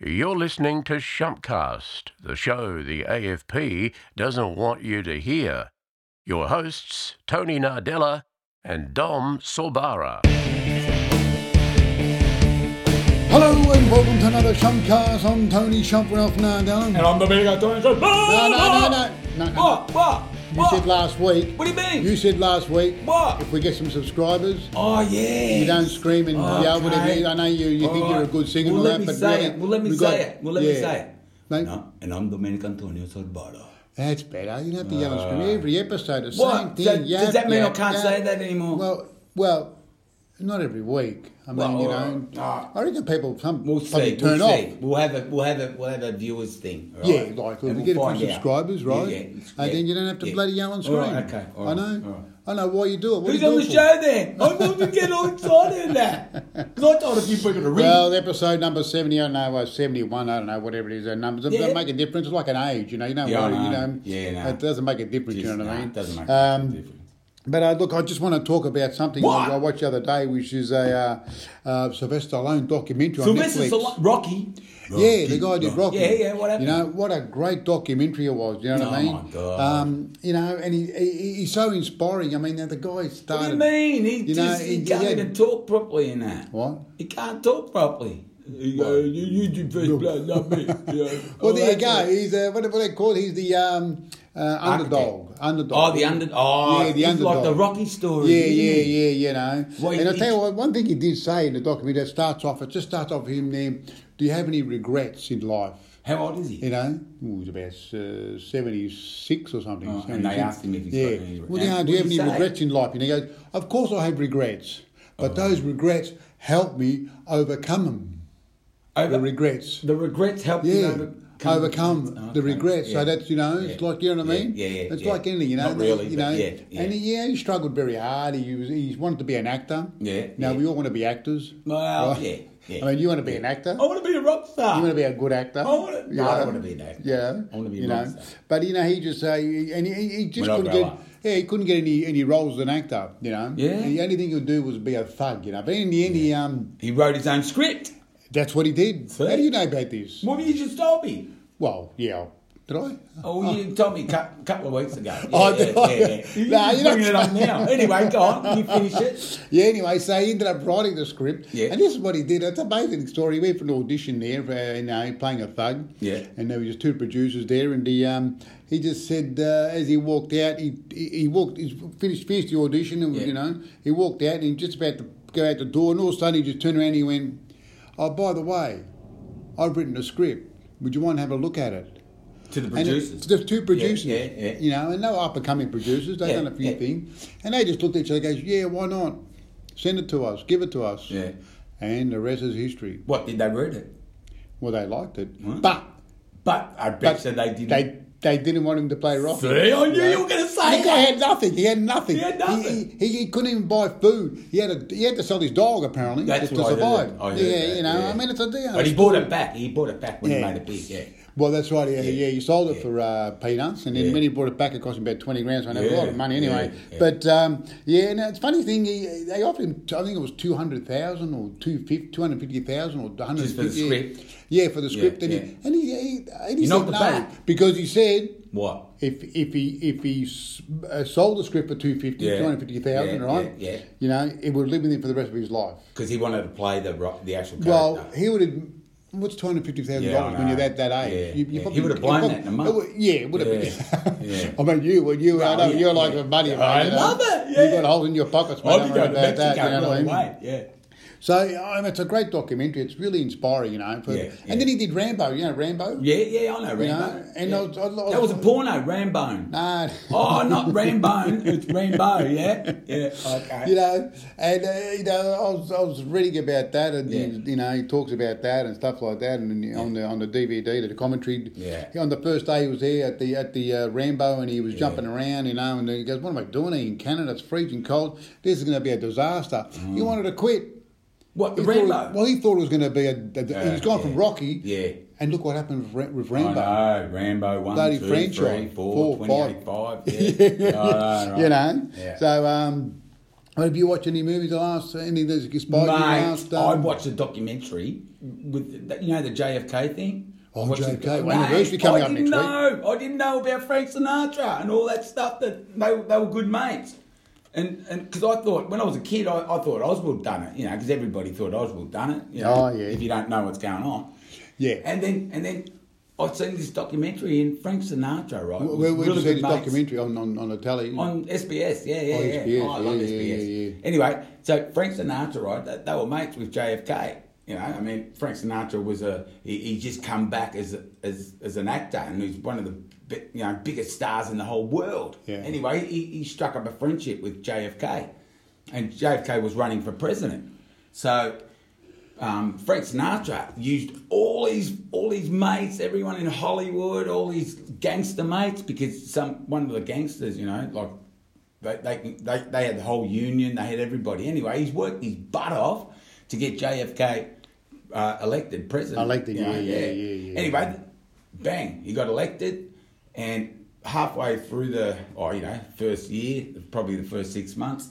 You're listening to Shumpcast, the show the AFP doesn't want you to hear. Your hosts, Tony Nardella and Dom Sorbara. Hello and welcome to another Shumpcast. I'm Tony Shump, Ralph Nardella. And I'm the big Antonio. No, No, no, no, no, no, no. What? What? You what? said last week. What do you mean? You said last week. What? If we get some subscribers, Oh yeah. Oh, you don't scream and yell Okay. whatever. You, I know you. You think All you're a right. good singer, and well, all let that, me but say really, it. Well, let me we got- say it. Well, let yeah. me say it. Mate, No, and I'm Domenico Antonio Sorbara. That's better. You don't have to yell and scream every episode. The What? same thing. Does- Yap, does that mean I yap, can't yap. say that anymore? Well, well, not every week. I mean, Well, you all know, right. All right. I reckon people some We'll probably see. turn we'll off. see. We'll have a we'll have a we'll have a viewers thing. all Yeah, right? like we And we'll get a few find out. subscribers, right? Yeah, yeah. and yeah, then you don't have to yeah. bloody yell and All scream. right, okay. all I right, know. all right. I know why you do it. What Who's do you on do it for? the show then? I'm going to get all excited in that. Because I told a few people to ring. Well, episode number seventy, I don't know, or seventy-one, I don't know, whatever it is. Their numbers It Yeah. doesn't make a difference. It's like an age, you know. You don't Yeah, I worry, you know. know. Yeah, no. It doesn't make a difference. you Just- know what nah, I mean? Doesn't make Um, a difference. But uh, look, I just want to talk about something What? I, I watched the other day, which is a uh, uh, Sylvester Stallone documentary on Sylvester Netflix. Stallone, Rocky. Yeah, the guy did Rocky. Yeah, yeah, what happened? You know, what a great documentary it was. You know what I Oh, mean? my God. Um, you know, and he, he, he's so inspiring. I mean, the guy What do started. you mean? uh, He You know, just he, he- can't yeah. even talk properly in that. What? He can't talk properly. He go, you, you do first blood, not me. You know, Well, all there you that go. sort of- He's uh, what, what they call. He's the um, uh, underdog. Underdog. Oh, the under. Oh, Yeah, the it's like underdog. the Rocky story. Yeah, isn't yeah, it? yeah, you know. Well, and I he- tell you what, one thing he did say in the documentary that starts off, it just starts off with him there. Do you have any regrets in life? How old is he? You know, Ooh, he was about uh, 76 or something. Oh, and they 76. asked him if he's got yeah. any regrets. Well, you know, And do you what have did any he say? regrets in life? And he goes, Of course I have regrets, but Oh. those regrets help me overcome them. Over- The regrets. the regrets help you Yeah. overcome, Overcome Okay, the regrets, yeah, so that's you know, it's yeah, like you know what I yeah, mean. Yeah, yeah. it's yeah. like anything, you know. Not really, you but know. yeah, yeah. And he, yeah, he struggled very hard. He was, he wanted to be an actor. Yeah, Now yeah. we all want to be actors. Well, right? yeah, yeah. I mean, you want to be an actor. I want to be a rock star. You want to be a good actor? I wanna- You no, I don't know? wanna be an actor. Yeah, I wanna be a you know. monster. But you know, he just uh, he, and he, he just When I couldn't grow get. up. Yeah, he couldn't get any any roles as an actor. You know. Yeah. The only thing he could do was be a thug. You know. But in the end, he um, he wrote his own script. that's what he did. See? How do you know about this? Well, you just told me. Well, yeah. Did I? Oh, you told me a cou- couple of weeks ago. Yeah, Oh, did I? You Nah, just you don't bringing it up say- now. Anyway, go on. You finish it. Yeah, anyway, so he ended up writing the script. Yeah. And this is what he did. It's an amazing story. He went for an audition there, for, uh, you know, playing a thug. Yeah. And there was just two producers there. And he, um, he just said, uh, as he walked out, he, he, he walked, he finished, finished the audition, and, Yeah. you know, he walked out and he just about to go out the door. And all of a sudden, he just turned around and he went, Oh, by the way, I've written a script. Would you mind having a look at it? To the And producers. it- the two producers, Yeah, yeah, yeah. you know, and they were up and coming producers. They've Yeah, done a few yeah. things, and they just looked at each other. and Goes, yeah, why not? Send it to us. Give it to us. Yeah. And the rest is history. What did they read it? Well, they liked it, Right. but But I but bet you they didn't. They, they didn't want him to play Rocky. See, I knew know? you were gonna The say guy that. had nothing. He had nothing. He had nothing. He, he, he couldn't even buy food. He had to, he had to sell his dog apparently That's to, to what I heard. survive. I heard yeah, that, you know. yeah. I mean, it's a deal. but he bought it back. He bought it back when Yeah. he made it big. Yeah. Well, that's right. Yeah, yeah. he sold it Yeah. for uh, peanuts, and then Yeah. when he brought it back, it cost him about twenty grand. So I know a Yeah, lot of money anyway. yeah, yeah. But um, yeah, and it's a funny thing. He, they offered him, I think it was two hundred thousand or two fifty, two hundred fifty thousand or one hundred Just for fifty. the script. Yeah, for the script, and, yeah. He, and he, he, and he You said knocked no it back. because he said What? if if he if he s- uh, sold the script for two fifty, Yeah. two hundred fifty thousand, Yeah, right? yeah, yeah. You know, it would live with him for the rest of his life. Because he wanted to play the rock, the actual character. Well, he would have. What's two hundred fifty thousand Yeah, I dollars when you're know. that that age? Yeah, yeah. He would've blown that in a month. it would- Yeah, it would have. Yeah, yeah. I mean, you, well, you, I Well, know yeah, you're like yeah. a buddy of mine. I you know? love it, You yeah. got holes in your pockets. mate, I'd don't be worry going to about that. Mexico You know what I right mean? away. Yeah. So, I mean, it's a great documentary. It's really inspiring, you know. for- Yeah, yeah. And then he did Rambo. You know Rambo? Yeah, yeah, I know Rambo. and yeah. I was- I was- that was a porno, Rambo. Nah. Oh, not Rambo. It's Rambo. Yeah, yeah. Okay. you know, and uh, you know, I was, I was reading about that, and Yeah. you know, he talks about that and stuff like that, and on the on the DVD, the commentary. Yeah. On the first day, he was there at the at the uh, Rambo, and he was jumping around, you know, and he goes, "What am I doing here in Canada? It's freezing cold. This is going to be a disaster." He wanted to quit. what Mm. the He thought- Rambo? well, he thought it was going to be a. a- Yeah, he's gone from yeah. Rocky. Yeah. And look what happened with, Ra- with I Rambo. know, Rambo Bloody one, two, French three, on. four, Four, 28, five. Yeah. I know, right. You know, Yeah. so um, Well, have you watched any movies the last? Any that's inspired you the last? Mate, I um, watched a documentary with the- you know the JFK thing. Oh, I watched JFK, the- well, anniversary Mate, coming I up didn't next know. I didn't know about Frank Sinatra and all that stuff. That they, they were good mates. And and because I thought when I was a kid, I, I thought Oswald done it. You know, because everybody thought Oswald done it. You know, Oh, yeah. If you don't know what's going on. Yeah. And then and then I'd seen this documentary in Frank Sinatra. Right. Where, was where, where did you really see good the mates. documentary on, on, on the telly? On SBS, yeah, yeah, Oh, yeah. SBS, Oh, I love yeah, yeah, SBS. yeah, yeah. Anyway, so Frank Sinatra, right? They, they were mates with JFK. You know, I mean, Frank Sinatra was a he, he just come back as a, as as an actor, and he's one of the bi- you know biggest stars in the whole world. Yeah. Anyway, he, he struck up a friendship with JFK, and JFK was running for president. So um, Frank Sinatra used all his all his mates, everyone in Hollywood, all his gangster mates, because some one of the gangsters, you know, like they they can- they, they had the whole union, they had everybody. Anyway, he's worked his butt off to get JFK uh, elected president. Elected, you know, yeah, yeah, yeah, yeah. Anyway, bang, he got elected, and halfway through the oh, you know, first year, probably the first six months.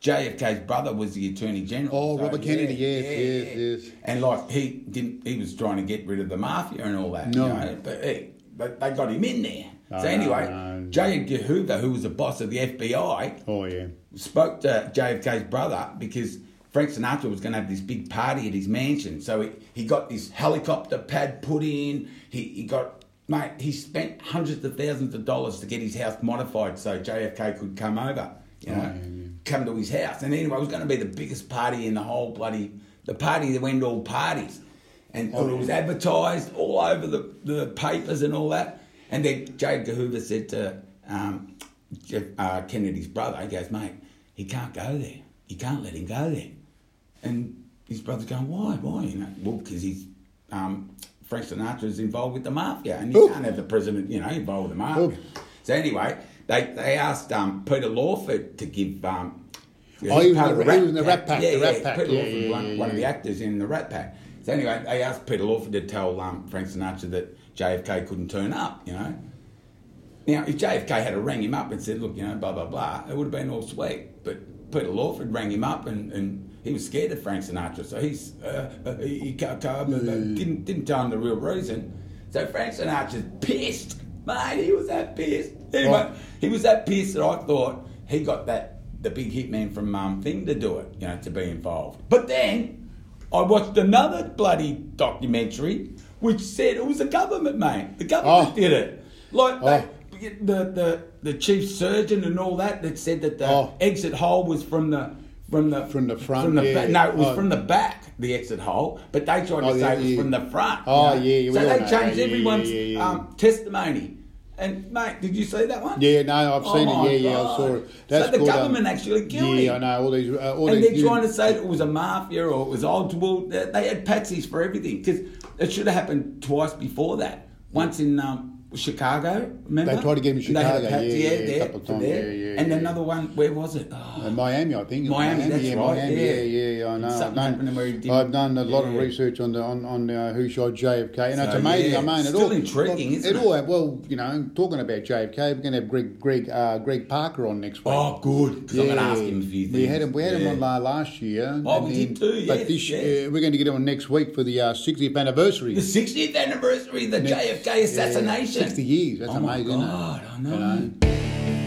JFK's brother was the Attorney General. Oh, Robert Kennedy, yes, yes, yes. And like he didn't, he was trying to get rid of the mafia and all that. No. you know, but hey, but they got him in there. Oh, so anyway, no, no. J. Edgar Hoover, who was the boss of the FBI, oh yeah. spoke to JFK's brother because Frank Sinatra was going to have this big party at his mansion. So he, he got this helicopter pad put in. He, he got, mate, he spent hundreds of thousands of dollars to get his house modified so JFK could come over, you know, come to his house. And anyway, it was going to be the biggest party in the whole bloody, the party that went to all parties. And it was advertised all over the, the papers and all that. And then J. Edgar Hoover said to um, Jeff, uh, Kennedy's brother, he goes, mate, he can't go there. You can't let him go there. And his brother's going, why, why? You know, well, because he's um, Frank Sinatra's involved with the mafia, and you Ooh. can't have the president, you know, involved with the mafia. Ooh. So anyway, they they asked um, Peter Lawford to give. Um, Oh, he was part in of the- he was in the Rat Pack, Yeah, the yeah, Rat Pack, Peter yeah, Lawford, yeah, one, yeah, one of the yeah. actors in the Rat Pack. So anyway, they asked Peter Lawford to tell um, Frank Sinatra that JFK couldn't turn up. You know, now, if JFK had rang him up and said, look, you know, blah, blah, blah, it would have been all sweet. But Peter Lawford rang him up and, and he was scared of Frank Sinatra. So he's, uh, uh, he, he can't come, and, uh, Mm. didn't, didn't tell him the real reason. So Frank Sinatra's pissed. Mate, he was that pissed. Anyway, Right. he was that pissed that I thought he got that the big hitman from um, Thing to do it, you know, to be involved. But then I watched another bloody documentary which said it was the government, mate. The government Oh. did it. Like, Oh. they, the, the the chief surgeon and all that that said that the Oh. exit hole was from the from the From the front, from the yeah. ba- no it was Oh. from the back the exit hole but they tried to Oh, say yeah, it was yeah. from the front you Oh, know. yeah, yeah, we so all they know that. changed Yeah, yeah, everyone's yeah, yeah. Um, testimony and mate did you see that one Yeah, no, I've Oh seen my it. Yeah, yeah, I God. saw it. so the called, um, government actually killed Yeah, I him know all these. Uh, all and these they're new- trying to say that it was a mafia or it was Oswald. They they had patsies for everything because it should have happened twice before that. Once in um, Chicago, remember? They tried to get him in And they had Chicago, yeah, yeah, a there, couple of times, there. yeah, yeah, and yeah. another one, where was it? Oh, Uh, Miami, I think. Miami, that's yeah, right, Miami, yeah. yeah, yeah, I know. Something I've done, happened where he didn't- I've done a lot of yeah. research on the on, on uh, who shot JFK, and it's So, amazing. yeah, I mean, it still all intriguing, well, isn't it? all well, you know, talking about JFK, we're going to have Greg Greg uh, Greg Parker on next week. oh good. Because I'm going to ask him a few things. We had him. We had Yeah. him on la- last year. Oh, and we then- did too, But yes, this, yes. uh, we're going to get him on next week for the uh, 60th anniversary. The 60th anniversary of the JFK assassination. 60 years. That's oh amazing. My isn't it? God, I know.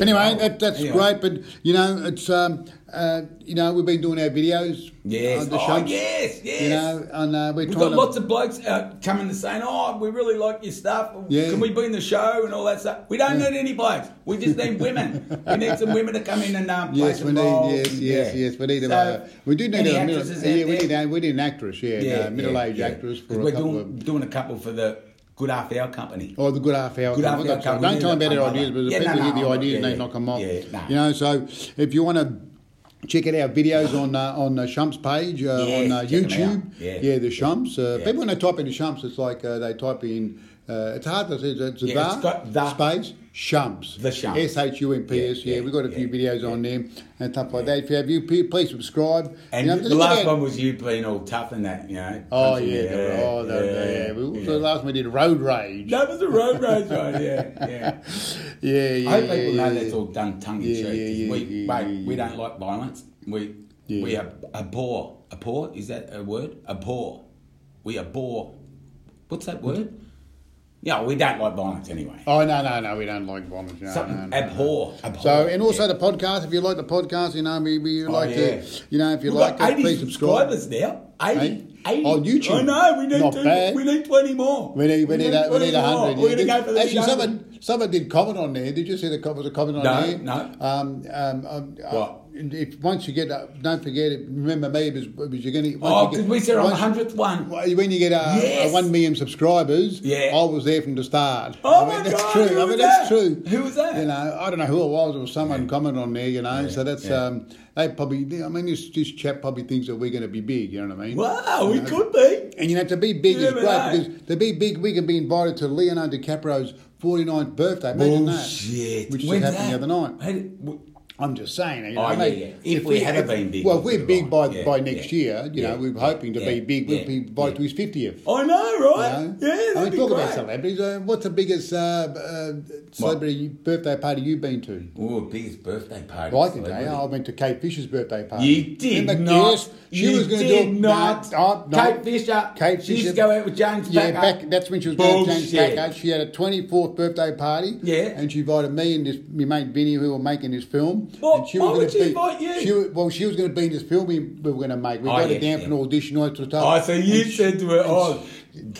Anyway, that, that's Anyway. great. But you know, it's um, uh, you know, we've been doing our videos. Yes. on the oh, shunts, yes, yes. You know, and uh, we're We've trying got to, lots of blokes out coming and saying, "Oh, we really like your stuff. Yeah. Can we be in the show and all that stuff?" We don't need any blokes. We just need women. we need some women to come in and um, play Yes, some we need. roles Yes, and- yes, yeah. yes. We need a. So, uh, we do need any a. Middle, actresses out yeah, we there? need. A, we need an actress. Yeah, Yeah, a middle-aged yeah, yeah. actress for 'Cause a we're couple doing, of. doing a couple for the Good Half Hour Company. Or Oh, the good half hour. Good half We've hour got- company. Don't tell them about Yeah, their ideas, but the yeah, no, people no, get the I'm- ideas and yeah, they knock them off. yeah, nah. You know, so if you want to check out our videos on uh, on the Shumps page uh, Yeah, on uh, check 'em out. YouTube, Yeah. the Shumps. Uh, Yeah. People when they type into Shumps, it's like uh, they type in. Uh, it's hard to say. It's, it's Yeah, the, it's got the- space Shumps. The Shumps. S H U M P S. Yeah, Yeah, yeah, we've got a few yeah, videos on there and stuff like that. If you have you, pe- please subscribe. And You know, just the look last at- one was you being all tough and that, you know. Oh punching- yeah, the- oh the- the- yeah. We- yeah. The last one we did road rage. That was the road rage one, yeah, yeah. Yeah, yeah. I hope yeah, people know yeah, that's all done tongue in Yeah, cheek. 'cause yeah, yeah, we, yeah, mate, yeah, we yeah. don't like violence. We Yeah. we ab- abhor. Abhor is that a word? Abhor. We abhor. What's that word? Yeah, we don't like violence anyway. Oh no, no, no, we don't like violence. No, Something no, no, no. abhor. Abhor. So and also yeah. the Oh, podcast. If you like the podcast, you know we, we like yeah. to, you know if you We've like got it, 80 please subscribe. subscribers now. 80, Eh? 80. On YouTube. I know, we need, Not two, bad. we need 20 more. We need, we need, a, we need 20 a more. hundred. We're yeah. going to go for the Actually, 100. someone, someone did comment on there. Did you see the co- was a comment on No, there? no. Um, um, um, What? Uh, if once you get, uh, don't forget. it- Remember me because, because you're going to. Oh, because we said on the 100th one. When you get uh, Yes. uh, one million subscribers, Yeah. I was there from the start. Oh I mean, my that's God, true. who I was mean, that's that? true. Who was that? You know, I don't know who it was. It was someone commented on there. You know, so that's yeah. um, they probably. I mean, this this chap probably thinks that we're going to be big. You know what I mean? Wow, we could be. And you know, to be big You is never great know. because to be big, we can be invited to Leonardo DiCaprio's 49th birthday. Imagine Bullshit. that. Which When's just happened that? the other night. How did- w- I'm just saying. You know, Oh, I mean, yeah, yeah. If we had have been big, Well, we if we're could've big by, gone. Yeah, by next yeah, year, you yeah, know, we're hoping to be yeah, big. We'll yeah, be invited yeah. to his 50th. I know, right? You know? Yeah, that'd I mean, be talk great. about celebrities. Uh, what's the biggest uh, uh, celebrity birthday party you've been to? Oh, biggest birthday party. I think celebrity. they are. I went to Kate Fisher's birthday party. You did Remember? not. Yes, she you was going to did do not. No, oh, no. Kate Fisher. Kate She used Fisher. to go out with James Yeah, Packer. back, that's when she was going to change Bullshit. back. She had a 24th birthday party. Yeah. And she invited me and this, my mate Vinny, who were making this film. Why- and she why was would gonna she invite you? She, wa- well, she was going to be in this film we, we were going to make. We Oh, got yeah, it down for an yeah. audition. I took it up. Oh, so you And she- said to her, oh,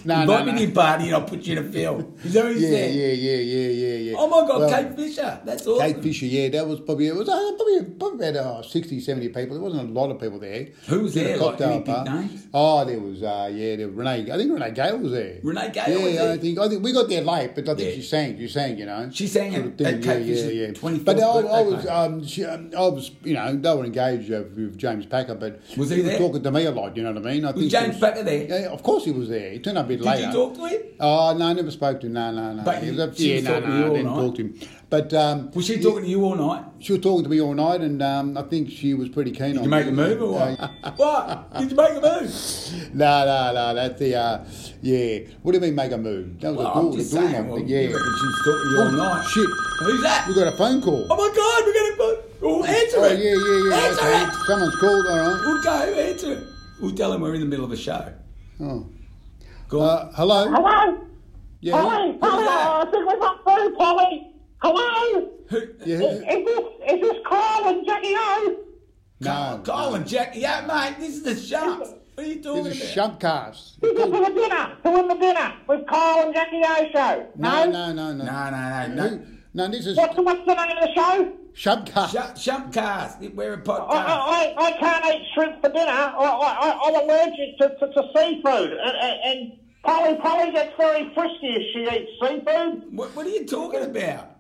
No, no, invite me no. to your party and I'll put you in a film. Is that what you Yeah, said? yeah, yeah, yeah, yeah, yeah. Oh, my God, Well, Kate Fisher. That's awesome. Kate Fisher, yeah, that was probably it was uh, probably, probably about uh, 60, 70 people. There wasn't a lot of people there. Who was Did a there? Like, cocktail any big party. names? Oh, there was uh, yeah, there was Renee. I think Renee Gale was there. Renee Gale Yeah, was I there. think I think we got there late, but I think Yeah. she sang. She sang, you know. She sang Sort at- of thing, at Kate Fisher's 24th But I, I birthday was, party. um, she, um, I was, you know, they were engaged uh, with James Packer, but Was he was there? talking to me a lot. You know what I mean? I Was James he was- Packer there? Yeah, of course he was there. He turned up a bit later. Did you talk to him? Oh no, I never spoke to him. No, no, no. But He was up- she yeah, was no, talking to no, you I all didn't night? talk to him. But um, Was she yeah, talking to you all night? she was talking to me all night, and um, I think she was pretty keen Did on. you make me. a move or what? Uh, what? Did you make a move? No, no, no. That's the uh, yeah. What do you mean make a move? That was Well, a door. I'm just the door saying. knocked, Well, yeah. you reckon she's talking to you all Oh, night. shit. Who's that? We got a phone call. Oh my God, we're gonna oh, answer Oh, it. yeah, yeah, yeah. Answer okay. it. Someone's called. All right. We'll go answer it. We'll tell him we're in the middle of a show. Oh. Go on. Uh, hello. Hello? Yeah. Hello? Hello? that? I think we've got through, Polly. Hello? Who? Yeah. Is, is this, is this Carl and Jackie O? No. Colin, Jack. Yeah, mate. This is the sharks. What are you talking This is about? Shubcast. Is this for the dinner? To win the dinner with Carl and Jackie O show? No, no, no, no. No, no, no, No, no. no, this is What's, the- what's the name of the show? Shubcast. Sh- Shumpcast. We're a I, podcast. I, I, I can't eat shrimp for dinner. I, I, I, I'm allergic to, to, to seafood. And, and, and Polly, Polly gets very frisky if she eats seafood. What, what are you talking about?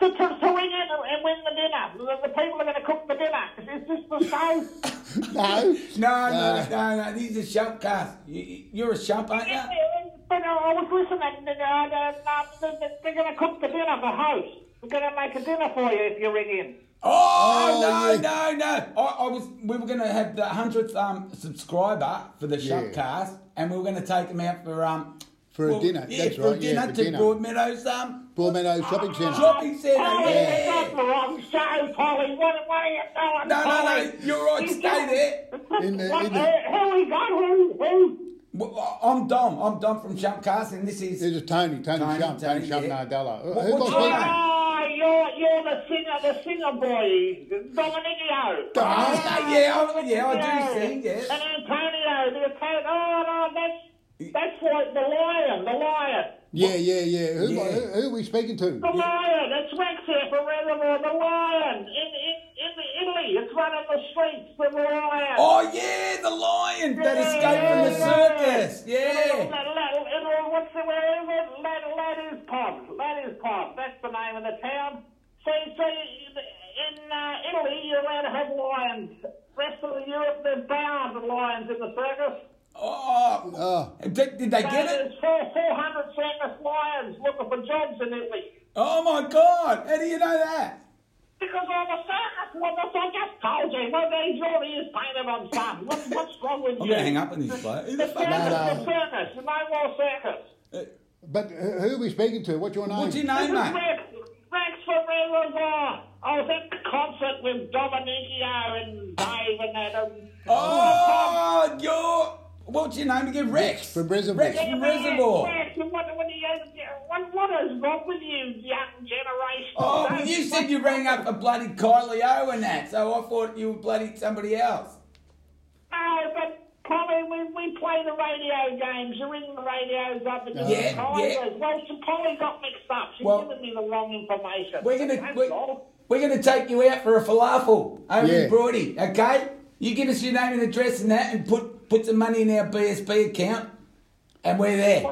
To, to, to ring in and win the dinner. The, the people are going to cook the dinner. Is, is this the show? No. No, Uh, no, no, no. This is a Shumpcast. You, you- you're a Shump, aren't you? But uh, I was listening. Uh, uh, uh, they're they're going to cook the dinner, the host. We're going to make a dinner for you if you ring in. Oh, Oh, no, no, no! I, I was. We were going to have the hundredth um, subscriber for the Yeah. Shopcast, and we were going to take him out for um For a dinner, Yeah, that's for a right, yeah, dinner for to dinner. Broadmeadows um Broadmeadow Shopping Centre. shopping centre. Polly, Oh. Yeah. that's the wrong show, Polly. What, what are you doing? No, no, no! Polly? You're right. You Stay don't- there. In the- What, in the- uh, who we got? Who? Who? Well, I'm Dom. I'm Dom from Shopcast, and this is This is Tony, Tony, Tony, Shump, Tony, Tony, Shump yeah. Nardella. What- Who got what's your name? that? Ah, you're, you're the singer, the singer boy, Dominicio. Oh, yeah, I, yeah, I do sing. And Yeah. Antonio, the Antonio. Oh, no, that's, that's like the lion, the lion. Yeah, yeah, yeah. Who, Yeah. Who, who are we speaking to? The lion, it's Rex here from Reservoir. The lion in, in, in Italy, it's running the streets. The lion. Oh yeah, the lion that escaped from the circus. Little- Yeah. little- little- little- What's the where is it? Lad- Ladders Pub. Ladders Pub. That's the name of the town. So, so in uh, Italy, you're allowed to have lions. Rest of Europe, they're bound to lions in the circus. Oh, Oh, did, did they So get it? There's four, 400 circus lions looking for jobs in Italy. Oh my God! How do you know that? Because all the circus wonders I just told you, well, they draw is painted on sun. What, what's wrong with you? I'm gonna hang up on this bloke. Who the The circus, fuck? No, no. the circus, no more circus. but who who are we speaking to? What's your name? What's your This name, is mate? Rex, Rex Thanks for bringing us on. I was at the concert with Dominicio and Dave and Adam. Oh, you're. What's your name again? Rex. from Reservoir. Rex Yeah, from man, Reservoir. yes, and What, what, do you- what- what is wrong with you, young generation? Oh, well, Don't you said fuck- you rang up a bloody Kylie O and that, so I thought you were bloody somebody else. No, Oh, but Tommy, we, we play the radio games. You ring the radios up and you Yeah, Tigers. yeah. Well, so Polly got mixed up. She's Well, giving me the wrong information. We're gonna That's we're, all. we're gonna take you out for a falafel over Yeah. in Broady, okay? You give us your name and address and that, and put put some money in our BSB account, and we're there.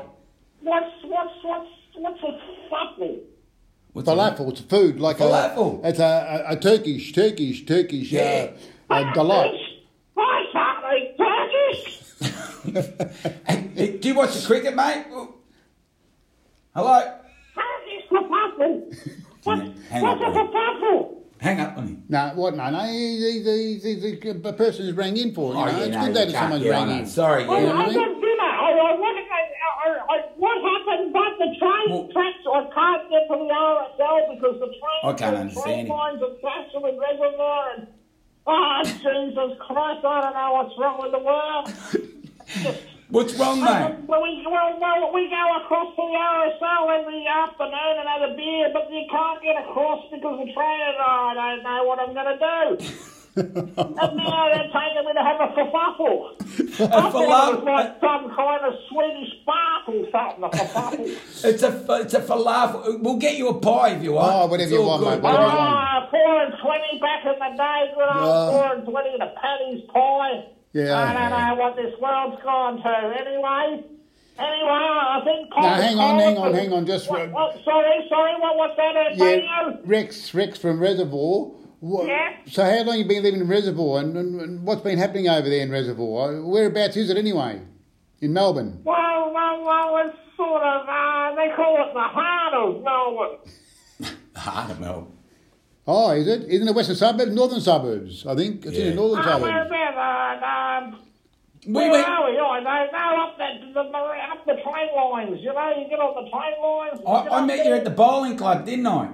What's what's what's what's a supple? What's Falafel, it's food like Falafel. a it's a, a, a Turkish, Turkish, Turkish Yeah. uh, uh, delight. Why can't they Turkish? Hey, Do you watch the cricket, mate? Hello. Turkish supple. What's Hang what's on, a supple? Hang up on him. No, what? No, no. He's, he's, he's, he's a person who's rang in for it. You know? it's good that Oh, you can't someone's get rang on in. it. Sorry, I yeah. what I I mean? got dinner. I, I, what, I, I, I, what happened but the train Well- tracks? I can't get to the RSL because the train, I can't the train understand it. lines are Castle and Reservoir and oh Jesus Christ! I don't know what's wrong with the world. What's wrong, mate? Well, we, well, well, we go across the RSL every afternoon and have a beer, but you can't get across because the train. is- Oh, I don't know what I'm going to do. and now they're taking me to have a falafel. I thought it was like some kind of Swedish bath or something. A falafel. It's a it's a falafel. We'll get you a pie if you want. Oh, whatever It's you all want, mate. good. Whatever you want. Ah, four and twenty back in the day, good old Yeah. four and twenty and a Paddy's pie. Yeah. I don't know what this world's gone to. Anyway, anyway, I think. Now, hang on, hang on, hang on, just- What, what, sorry, sorry. What was that, Yeah, Antonio? Rex, Rex from Reservoir. What, Yeah. So how long you been living in Reservoir, and, and, and what's been happening over there in Reservoir? Whereabouts is it anyway? In Melbourne. Well, well, well, it's sort of. Uh, they call it the heart of Melbourne. I don't know. Oh, is it? Isn't it western suburbs, northern suburbs? I think it's in Yeah. the northern Uh, where suburbs. about? Uh, um, We Where went. are we? Oh, I don't know. Up the, the, the, up the train lines, you know, you get on the train lines. get I, I up met there. you at the bowling club, didn't I?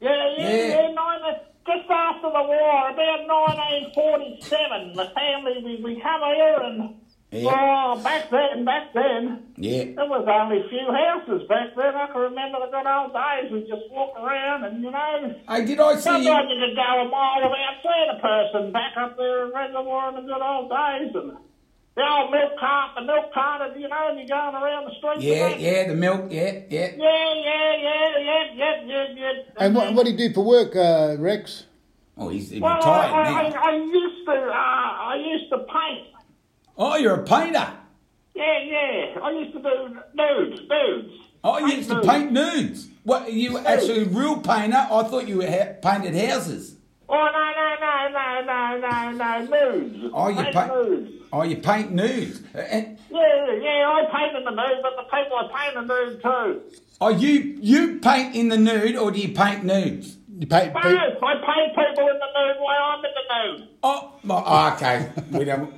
Yeah, yeah, Yeah. yeah. nine, uh, just after the war, about 1947, the family, we, we come here and, Yeah. oh, back then, back then, Yeah. there was only a few houses back then. I can remember the good old days. We just walk around and, you know, Hey, did I see you? sometimes you could go a mile without seeing a person back up there in Reservoir in the good old days. And, the old milk cart, the milk cart, you know, and you're going around the street. Yeah, with it. yeah, the milk, yeah, yeah. Yeah, yeah, yeah, yeah, yeah, yeah, yeah. And what, then- what do you do for work, uh, Rex? Oh, he's, he's Well, retired I, I, now. I, I used to, uh, I used to paint. oh, you're a painter. Yeah, yeah. I used to do nudes, nudes. Oh, you used to nudes. paint nudes. What, are you actually a real painter? I thought you ha- painted houses. Oh no, no, no, no, no, no, no, nudes. Oh, you Paint paint- nudes. Oh, you paint nudes. And, Yeah, yeah. I painted the nude, but the people I painted the nude too. oh, you you paint in the nude or do you paint nudes? You pay, Both. pay- I paint people in the nude while I'm in the nude. Oh, well, oh, okay. We don't.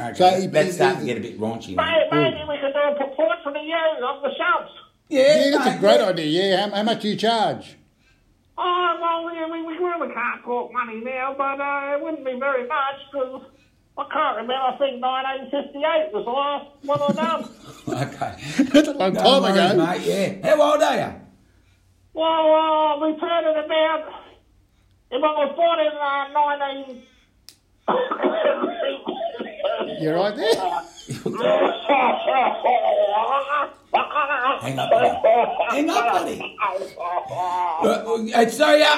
Okay, So he- that's he- starting to he- get a bit raunchy now. Maybe, maybe we could do a proportion of you of the shops. yeah, that's mate, a great yeah. idea. Yeah, how, how much do you charge? Oh, well, yeah, we, we really can't talk money now, but uh, it wouldn't be very much because I can't remember. I think 1958 was the last one I done. Okay. That's a long Don't time worry, ago. mate, yeah. How old are you? well, uh, we turned it about. If I was born in uh, 19. You're right there. Hang up, buddy. Hang up, buddy. Uh, uh, sorry, uh,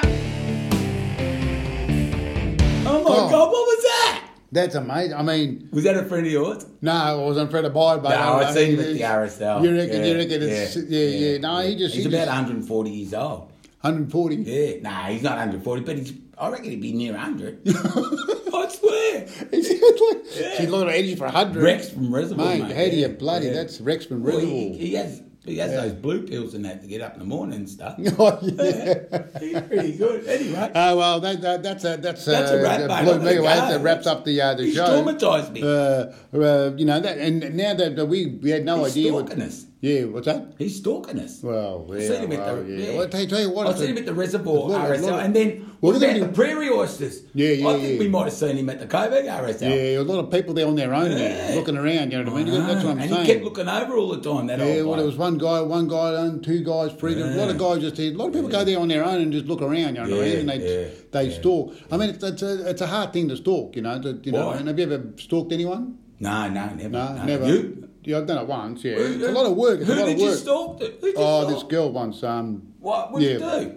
Oh my Oh. God, what was that? That's amazing. I mean, Was that a friend of yours? no, I wasn't afraid to buy it, but No, I I've seen him mean, at the it's- RSL. You reckon? you reckon? It's, yeah, yeah, No, he just He's he about just, 140 years old. 140. Yeah, nah, he's not 140, but he's. I reckon he'd be near 100. I swear. She's looking at energy for a hundred. Rex from Reservoir. mate, Mate, how do you yeah, bloody? yeah. That's Rex from Well, Reservoir. he, he has he has those blue pills and that to get up in the morning and stuff. oh, yeah. he's pretty good. Anyway, oh well, that, that, that's a that's, That's a wrap, uh, mate. Blue Let it Mega go. that wraps up the uh, the he's show. traumatised me. Uh, uh, you know that, and now that, that we we had no He's idea. stalking us. Yeah, what's that? He's stalking us. Well, I've yeah, seen him at well, the, yeah. Well, I tell you- tell you what, I've it's seen a- him at the there's reservoir a lot of- RSL, lot of- and then Well, what they're about gonna the be- prairie oysters? Yeah, yeah, I think yeah. we might have seen him at the Coburg RSL. Yeah, a lot of people there on their own there, looking around. You know what I mean? That's what I'm and saying. he kept looking over all the time. That yeah, old well, bloke. there was one guy, one guy alone, two guys, three. guys. A lot of guys just here. A lot of people go there on their own and just look around. You know what I Yeah, mean? And they yeah, they stalk. I mean, it's, it's a it's a hard thing to stalk. You know, to, you know. Why? And have you ever stalked anyone? No, no, never. No, no. never. You? Yeah, I've done it once. Yeah, Who- it's a lot of work. It's a who lot did of you work. stalk? To? Who did Oh, you this stalk? girl once. Um, What? What did Yeah. you do?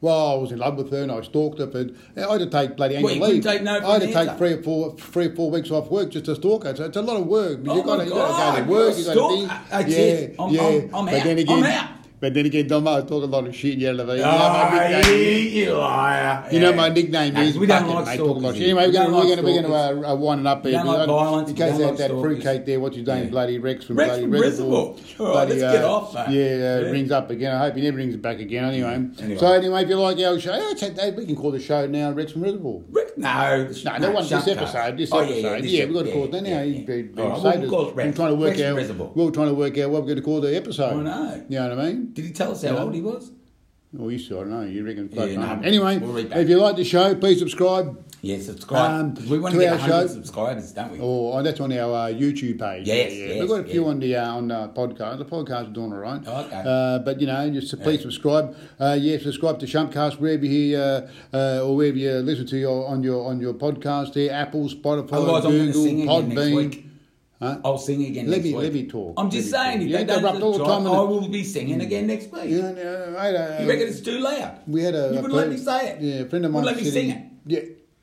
Well, I was in love with her and I stalked her, but I had to take bloody annual Well, you couldn't leave. take no for I had an to take answer. three or four, three or four weeks off work just to stalk her. So it's a lot of work. Oh you got my to, you got to go to God, work. You you're a got to be, stalker. That's it. I'm- I'm- I'm but out. Then I'm again, out. But then again, Dom, I talk a lot of shit. You know, what I mean? Ah, You know my you, nickname- you liar. you know Yeah. my nickname No, is we don't Bucket, like mate, talk a lot of stalkers shit. Anyway, we're here. We going don't we're like going stalkers. to uh, uh, wind it up here. We don't like because I- violence, In we case don't that like that stalkers. fruitcake there, what's his name? Yeah. Bloody Rex from Rex bloody from Reservoir. Reservoir. All right, Bloody, let's get uh, off that. Yeah, Yeah. uh, rings up again. I hope he never rings back again. Anyway. Anyway. So anyway, if you like our show, oh, it's a- we can call the show now Rex from Reservoir. Rick, no, No, that wasn't this episode. This episode. Yeah, we've got to call it that now. He's been- been All right, saying it. we'll call it We're Rex. trying to work Rex out. Reservoir. We were trying to work out what we're going to call the episode. I know. You know what I mean? Did he tell us how old he was? Well, you saw. I don't know. You reckon? Yeah, fuck, no, no. Anyway, we'll read back. if you like the show, please subscribe. Yeah, subscribe. Um, 'Cause we want to to get our 100 show. subscribers, don't we? Or oh, that's on our uh, YouTube page. Yes, yeah, yes, We've got a few yeah. on the uh, on the podcast. The podcast is doing all right. Oh, okay. Uh, but you know, just please subscribe. Uh, yeah, subscribe to Shumpcast wherever you uh, uh, or wherever you listen to your on your on your podcast. There, Apple, Spotify, Otherwise, I'm going to Google, sing again next Podbean. week. I'll sing again Let next me- week. let me talk. I'm just Let me saying, talk. if You they interrupt don't all the subscribe, time and- I will be singing again next week. Yeah, yeah, I, uh, You reckon it's too loud? We had a. You a wouldn't let friend- me say it. Yeah, a friend of mine. Wouldn't let me said sing he- it. Yeah.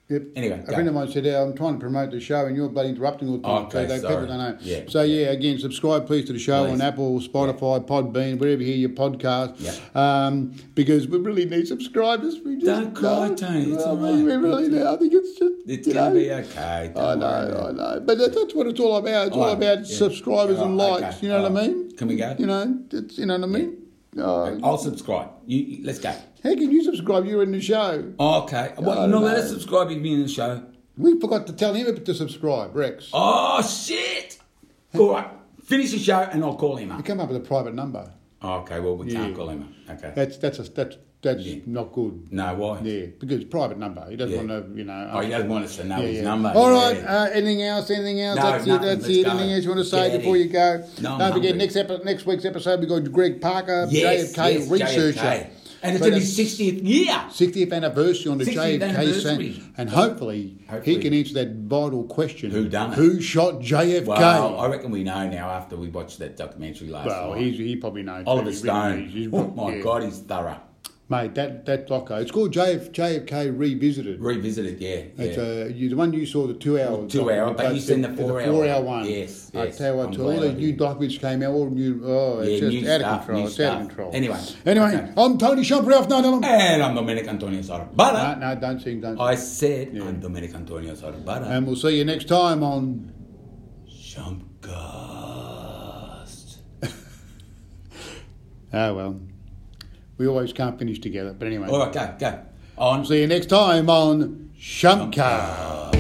Yep. Anyway, a go. friend of mine said, "Oh, "I'm trying to promote the show, and you're bloody interrupting all the time." Okay, so they, sorry. people don't know. Yeah, So yeah, again, subscribe please to the show on Please. Apple, Spotify, Podbean, wherever you hear your podcast. Yeah. Um, because we really need subscribers. We just Don't cry, Tony, it's well, all we- right. We really do. I think it's just. It's you know, going to be okay. Don't I know, worry about it. I know, but that, that's what it's all about. It's all, All right, about yeah. subscribers and All right, likes. okay, You know all what I right. mean? Can we go? You know, it's you know what I mean. Oh, I'll subscribe. You, you- let's go. how can you subscribe? You're in the show. Okay. Well, I you're not know. allowed to subscribe if you're in the show. We forgot to tell him to subscribe, Rex. Oh, shit. All right. Finish the show and I'll call him You up. come up with a private number. Okay, well, we can't Yeah. call him up. Okay. That's that's a, that's that's not good. No, why? Yeah, because it's private number. He doesn't Yeah. want to, you know. Oh, he doesn't want us to know yeah, his yeah. number. All right. Yeah. Uh, anything else? Anything else? No, that's nothing. it. That's Let's it. go. Anything else you want to say Get before it. you go? No, I'm Don't forget hungry. next epi- next week's episode we got Greg Parker, yes, JFK yes, researcher. JFK. And it's But uh, in his 60th year. 60th anniversary on the 60th JFK anniversary. scene, and hopefully, he Hopefully. can answer that vital question: Who done it? Who shot JFK? Well, I reckon we know now after we watched that documentary last Well, night. he's, he probably knows. Oliver He's- Stone. he's- he's- oh, my yeah. God, he's thorough. Mate, that, that doco. It's called JF, JFK Revisited. Revisited, yeah. It's yeah. uh, you, the one you saw, the two hour. Two hour, but you've seen the four-hour four hour one. one. Yes, I yes. tell you what, I'm to all glad the I new did. documents came out, all new. Oh, it's Yeah, just new out stuff, of control. new It's out stuff. of control. Anyway, Anyway, okay. I'm Tony Shampralf. No, no, no, and I'm Dominic Antonio uh, Sorbara. no, don't sing, don't sing. I said I'm Dominic Antonio Sorbara. And we'll see you next time on. Shumpcast. Oh, well. We always can't finish together. But anyway, All right, go, go. On. see you next time on Shumpcast.